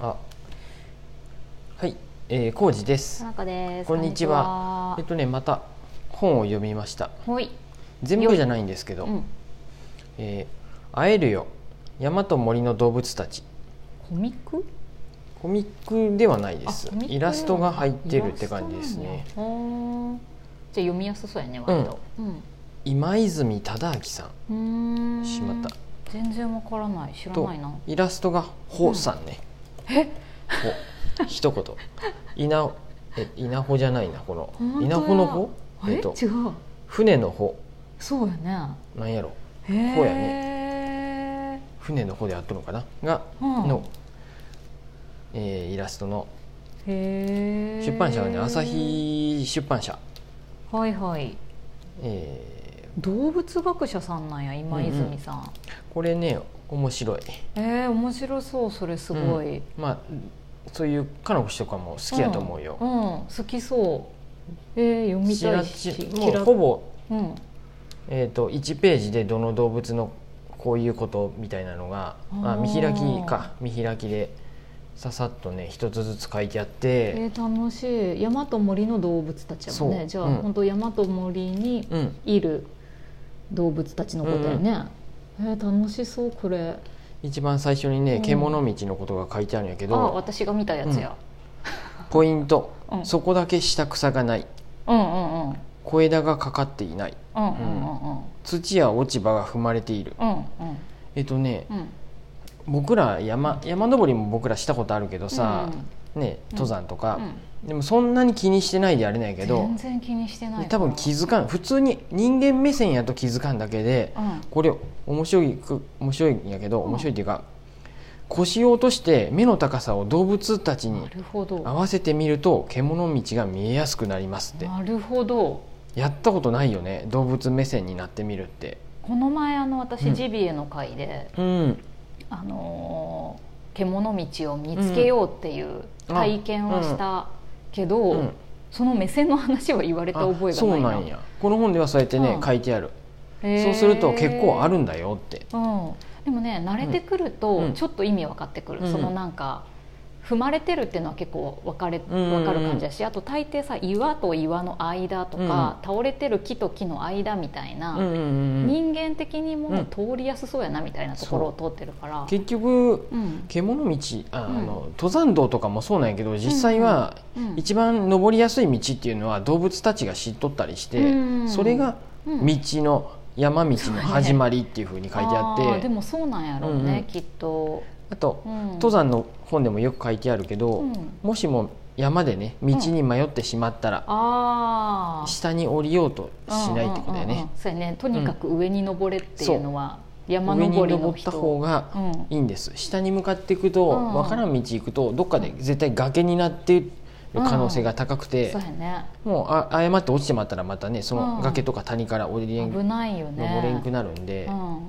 あはい、えー、浩二です田中です。こんにちはえこんっにとねまた本を読みましたちはほい。全部じゃないんですけど「うん。えー会えるよ山と森の動物たちコミック？」コミックではないですあコミックイラストが入ってるって感じですイラねストなんや。ほーじゃあ読みやすそうやね割と。うん。今泉忠明さうーん。んしまった全然わからない。知らとないな。イラストがほうさんね、ほ一言稲え稲穂じゃないなこの本当だ稲穂の穂あれ、っと違う。船の穂そうやね。なんやろへえ。こうやね。船の方であったのかなが、うんの、えーイラストのへえ。出版社がね朝。日出版社、はいはい。え動物学者さんなんや今泉さん。ーこれね面白いええ面白そうそれすごい。まあそういう彼の子とかも好きだと思うよ、うん、うん好きそう。えー、読みちたらいし。ちキもうラほぼ、うん。えー、と1ページでどの動物のこういうことみたいなのがああー見開きか見開きでささっとね一つずつ書いてあって、えー、楽しい。山と森の動物たちやもんそうね。じゃあ、うん本当山と森にうんいる動物たちのことやね。えー、楽しそうこれ。一番最初にうねん獣道のことが書いてあるんやけあ、ど、私が見たやつや。ポイント、うんそこだけ下草がないうんうんうん。小枝がかかっていないうんうんうんうん土や落ち葉が踏まれているうんえっとねうん僕ら山山登りも僕らしたことあるけどさ、ねうん登山とうかん、うんでもそんなに気にしてないであれないけど全然気にしてない多分気づかん普通に人間目線やと気づかんだけでうんこれ面白いく面白いんやけどうん面白いっていうか腰を落として目の高さを動物たちなにるほど合わせてみると獣道が見えやすくなりますってなるほどやったことないよね動物目線になってみるってこの前あのう私んジビエの会で、うんあのー獣道を見つけようっていう体験はしたけど、うんその目線の話は言われたあ覚えがそなういななんやこの本ではそうやってね、うん書いてある、へーそうすると結構あるんだよってうん、でもね慣れてくるうとんちょっと意味分かってくる、うんそのなんか踏まれてるっていうのは結構分かれんうんうん分かる感じだしあと大抵さ岩と岩の間とか、倒れてる木と木の間みたいな、うんうんうんうん人間的にうもん通りやすそうやなみたいなところを通ってるから、結局うん獣道ああうんの、登山道とかもそうなんやけど実際はうん一番登りやすい道っていうのは動物たちが知っとったりして、うんそれがう道んの山道の始まりっていうふうに書いてあって、ーでもそうなんやろうね、うんうんきっと、あとうん登山の本でもよく書いてあるけど、うんもしも山でね道に迷ってしまったら、ああ下に降りようとしないってことだよね。そうやねとにかく上に登れっていうのは、山上に登りの登っ人た方がうんいいんです下に向かっていくとうん分からん道行くとどっかで絶対崖になっている可能性が高くてそうやねもうあ誤って落ちてまったらまたねそのうん崖とか谷から降りれん危登ないよねれんくなるんでうん、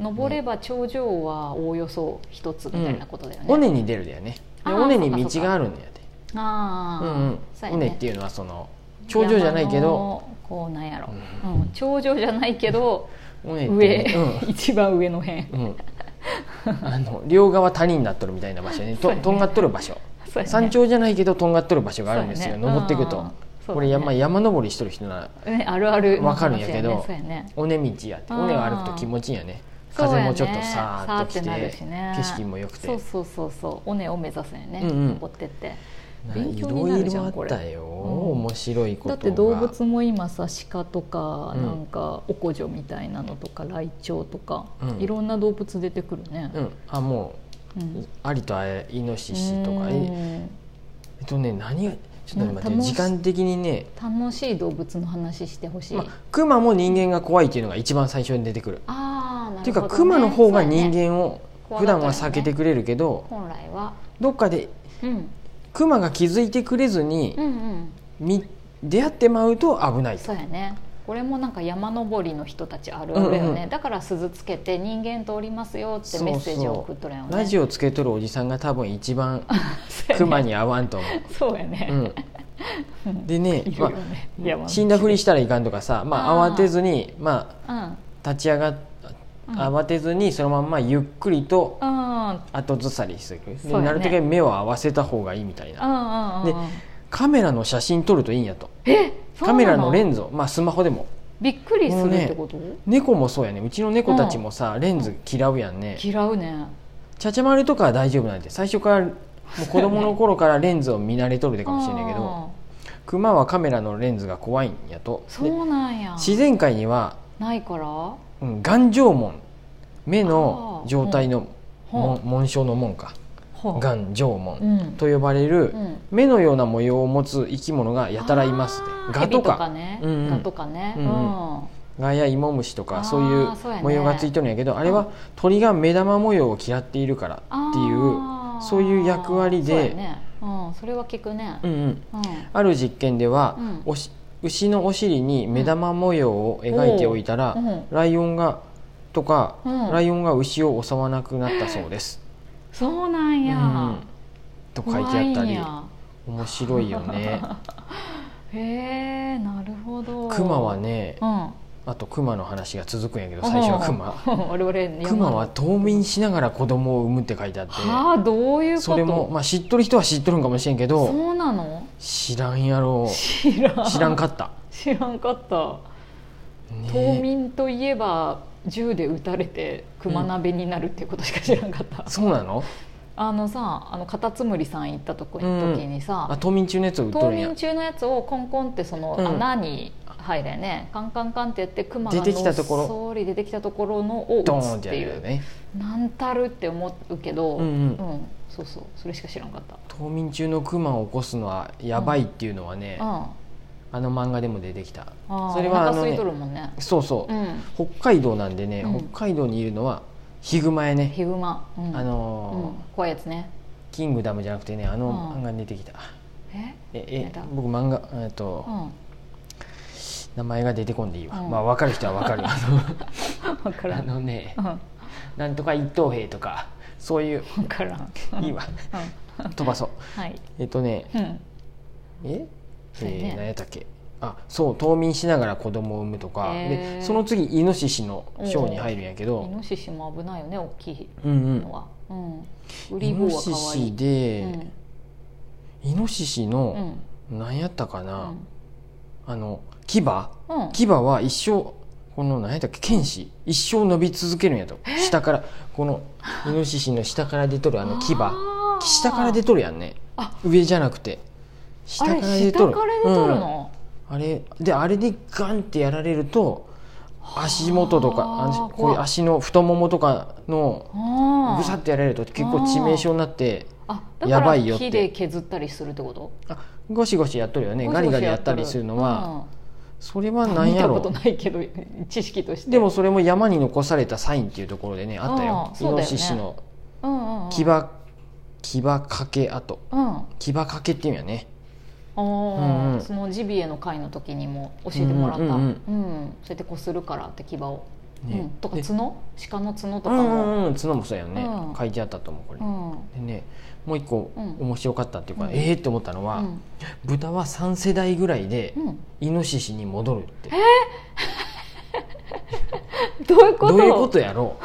登れば頂上はおおよそ一つみたいなことだよね、尾根に出るだよねであー尾根にそうかそ道うかがあるんだよねああ、うんうん尾根っていうのはその頂頂上じゃないけどこうなんやろ、うん頂上じゃないけ ど尾根って上ね、 一番上の辺うんうんあの両側谷になっとるみたいな場所ねとそうやねとんがっとる場所そうやね山頂じゃないけどとんがっとる場所があるんですそうよやね登っていくうとんそうだねこれ山山登りしとる人ならねあるあるわかるんやけどそうやね尾根道やってうん尾根を歩くと気持ちいいんやねそうやね風もちょっとさーっと来てさーってなるしね景色も良くてそうそうそうそう尾根を目指すんやね、うんうん登ってってな勉い強ろにないるじゃろあんこっれたようん面白いことだがって動物も今さ鹿とかうんなんかオコジョみたいなのとかライチョウとか、うんいろんな動物出てくるねう、んあもううんありとあらゆるイノシシとかうえんえっとね何がちょっと待っなんかもてう時間的にね楽しい動物の話してほしい、まあクマも人間が怖いっていうのが一番最初に出てくるああなっているうほど、かね、クマの方がそう人やね間を怖普が段ったりねは避けてくれるけど本来は、どっかでうん、クマが気づいてくれずにうんうんみ出会ってまうと危ないとそうやねこれもなんか山登りの人たちあるあるよね、うんうんだから鈴つけて人間通りますよってメッセージを送っとるよねラジオオつけとるおじさんが多分一番クマに合わんと思 そうやね、う、ううんん、でね いるまよねあ山道死んだふりしたらいかんとかさ、まあ、あー慌てずに、まうんあ、立ち上がうん慌てずにそのまんまゆっくりとうんうん後ずさりしていく、でそうやねなるだけ目を合わせた方がいいみたいなうんうんでカメラの写真撮るといいんやとえカメラのレズンズを、まあ、スマホでもびっくりするってこと、猫もそうやねうちの猫たちもさ、レンズ嫌うやんね嫌うねちゃちゃ丸とかは大丈夫なんで最初からもう子供の頃からレンズを見慣れとるでかもしれないけどクマはカメラのレンズが怖いんやとうんでそうなんや自然界には、ないからうん、眼状紋目の状態のあー紋紋章の紋かほう眼状紋うんと呼ばれるうん目のような模様を持つ生き物がやたらいますねあーガと蛇かねうんうんガとかねううんんガやイモムシとあかーそうそうやいうね模様がついてるんやけどあれうんは鳥が目玉模様を嫌っているからあーっていうそういう役割でそうやねうんそれは聞くねうんうんうんある実験では、うんおし牛のお尻に目玉模様を描いておいたら、うんライオンがとか、うんライオンが牛を襲わなくなったそうです。そうなんやうんと書いてあったり怖いんや面白いよ ね。へえなるほどクマはねうん あとクマの話が続くんやけど最初はクマ。うん我々山のクマは冬眠しながら子供を産むって書いてあって、はあどういうことそれも、まあ、知っとる人は知っとるんかもしれんけどそうなの知らんやろ知らん知らんかった。知らんかったね冬眠といえば銃で撃たれて熊鍋になるっていうことしか知らんかった、そうなのあのさあのカタツムリさん行ったとこうん時にあさ、冬眠中のやつを売っと冬るんや眠。中のやつをコンコンってそのうん穴に入れね、カンカンカンってやって熊が出てきたところそーり出てきたところのをド撃ーンつっってていやるよう、ね。なんたるって思うけど、うんうんうんそうそうそれしか知らんかった冬眠中のクマを起こすのはやばいっていうのはね、うんあの漫画でも出てきたあーそれはおあの腹ね空いとるもんねそうそうう、ん北海道なんでね、うん北海道にいるのはヒグマやね、ヒグマ、うんあうんのー、怖いやつねキングダムじゃなくてねあのうん漫画に出てきた、ええ出えた僕漫画えっと、うん 名前が出てこんでいいわ、うんまあ分かる人は 分かるあ分かのらあん、うん、のね分なんとか一等兵とかそういうからんいい わうん飛ばそうはい、えっとねうん、ええそうやねー何やったっけあそう冬眠しながら子供を産むとか、へーでその次イノシシのショーに入るんやけイど、ノシシも危ないよね大きいうんのは、うんウうん、リイ坊ノはシ可愛シいで、うんイノシシうの、んなん、何やったかうな、んあの牙うん牙は一生この何やったっけ剣士一生伸び続けるんやと下からこのイノシシの下から出とるあの牙あー下から出とるやんねあ上じゃなくて下あれ下から出とるうんの、あれであれでガンってやられると足元とかはああこういう足の太ももとかのあーぐさってやられると結構致命傷になってあだやかばらいよって木で削ったりするってことあゴシゴシやっとるよねゴガシリゴガシリやっっとたりするのは、それはうん何見やたろことないけど 知識としてでもそれも山に残されたサインっていうところでねあったよあーイそうだよノねシシのうんうんうん牙牙かけ跡うん牙かけっていうんやねああ、んうんそのジビエの会の時にも教えてもらった、ううんんうんそうやってこするからって牙を、ねうん、とかで角鹿の角とうかんうも、んうん角もそうやよね、うん書いてあったと思うこれ、うんでねもう一個うん面白かったっていうか、うんええって思ったのは、うん豚は3世代ぐらいでうんイノシシに戻るって、どういうことどういうことやろ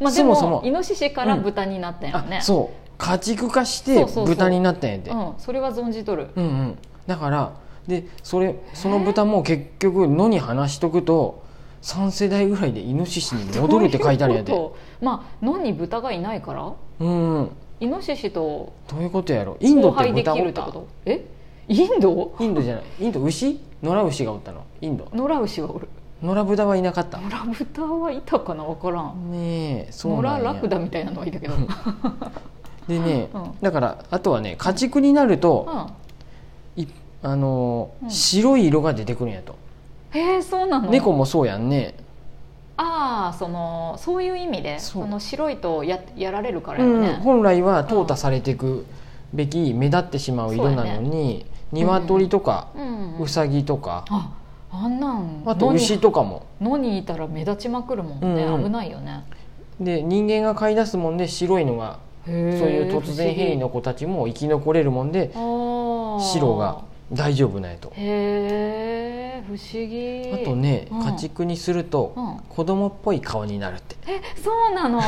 うまあ、でそももそもイノシシから豚になったんやあ、ね、うそう家畜化してそうそうそう豚になったんやでうんん、それは存じとる、うんだからでそれその豚も結局野に放しとくと3世代ぐらいでイノシシに戻るって書いてあるんやでどういうことまあ野に豚がいないからうんうんイノシシとどういうことやろうインド交って配で豚きおるっってたことえインドインドじゃないインド牛野良牛がおったのインド野良牛はおる野良豚はいなかった野良豚はいたかな分からんねえそう野なん良やラクダみたいなのはいたけど、ううんんでね、うんだからあとはね家畜になると、いあのーうん白い色が出てくるんやと、へえそうなの猫もそうやんねああそのそういう意味でそうその白いとややられるからうよんね、本来は淘汰されていくべき目立ってしまう色なのに、鶏とか、うんウサギとか、ああんなんあと野に牛とかも野にいたら目立ちまくるもんね、うんうん危ないよねで人間が飼い出すもんで白いのがそうそういう突然変異の子たちも生き残れるもんで白白が大丈夫なんやとへえ不思議あとね、うん家畜にすると、うん子供っぽい顔になるってえそうな の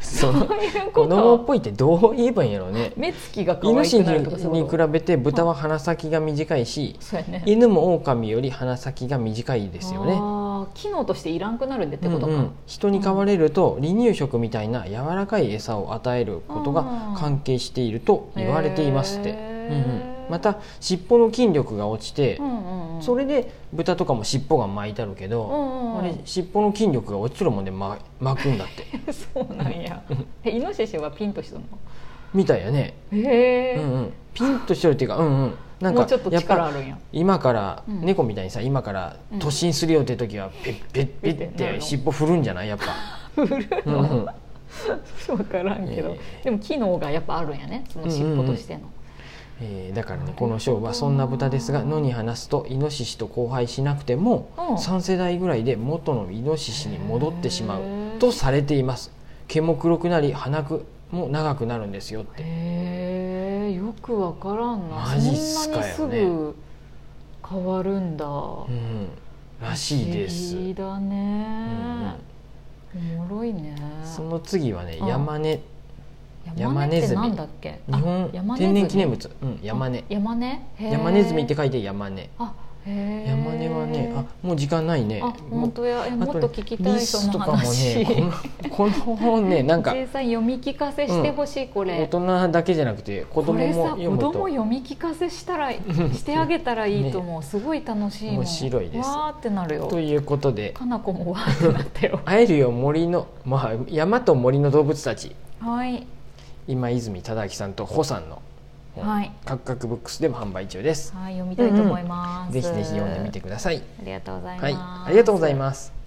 そそうのいうこ子供っとぽいってどう言えばいいんやろうね目つきが可犬愛にくなるとかそういにうこ比とべて豚は鼻先が短いし、そうやね犬も狼より鼻先が短いですよね。あー機能としていらんくなるんでってことか、うんうん人に飼われると離乳食みたいな柔らかい餌を与えることうんが関係していると言われていますって、へーうんうんまた尻尾の筋力が落ちてう、んうんうん、それで豚とかも尻尾が巻いてあるけうど、んうんあうれん、尻尾の筋力が落ちてるもんで巻巻くんだってそうなん やえイノシシはピンとしとんのみたいやね、へえ、うんうん、ピンとしてるっていうかうんうんなんもかうちょっとやっぱ力あるんや今からうん猫みたいにさ今から突進するよって時はペッペッペッっなるての尻尾振るんじゃないやっぱ。 振るうんの、 うん分からんけど、えでも機能がやっぱあるんやねその尻尾としての、えーだからなるねこほどの章はそんな豚ですが野に放すとイノシシと交配しなくてもうん3世代ぐらいで元のイノシシに戻ってしまへーうとされています毛も黒くなり鼻くも長くなるんですよってへえよく分からんなマジっすそんかなによねすぐ変わるんだ、うんらしいです、不う思ん議だね、おもろいねうんその次はねうんヤマネヤマネってなんだっけ日本あヤマネズ天ミ然記念物うんヤマネヤマネへーヤマネズミって書いてヤマネあへヤマネはねあもう時間ないねあも本う当やえあもっとと聞きたリいそスのとかもね話このこの本 ねなんか J さん読み聞かせしてほしいこ大れ人だけじゃなくて子こ供れもさ子読むと供読み聞かせし たらしてあげたらいいと思うすごい楽しいもん面白いですわーってなるよということでかなこもわーってなった よ会えるよ森の、まあ、山と森の動物たちはい今泉忠明さんと保さんの本はいカクカクブックス」でも販売中ですはい読みたいと思いますぜひぜひ読んでみてくださいありがとうございますはい、ありがとうございます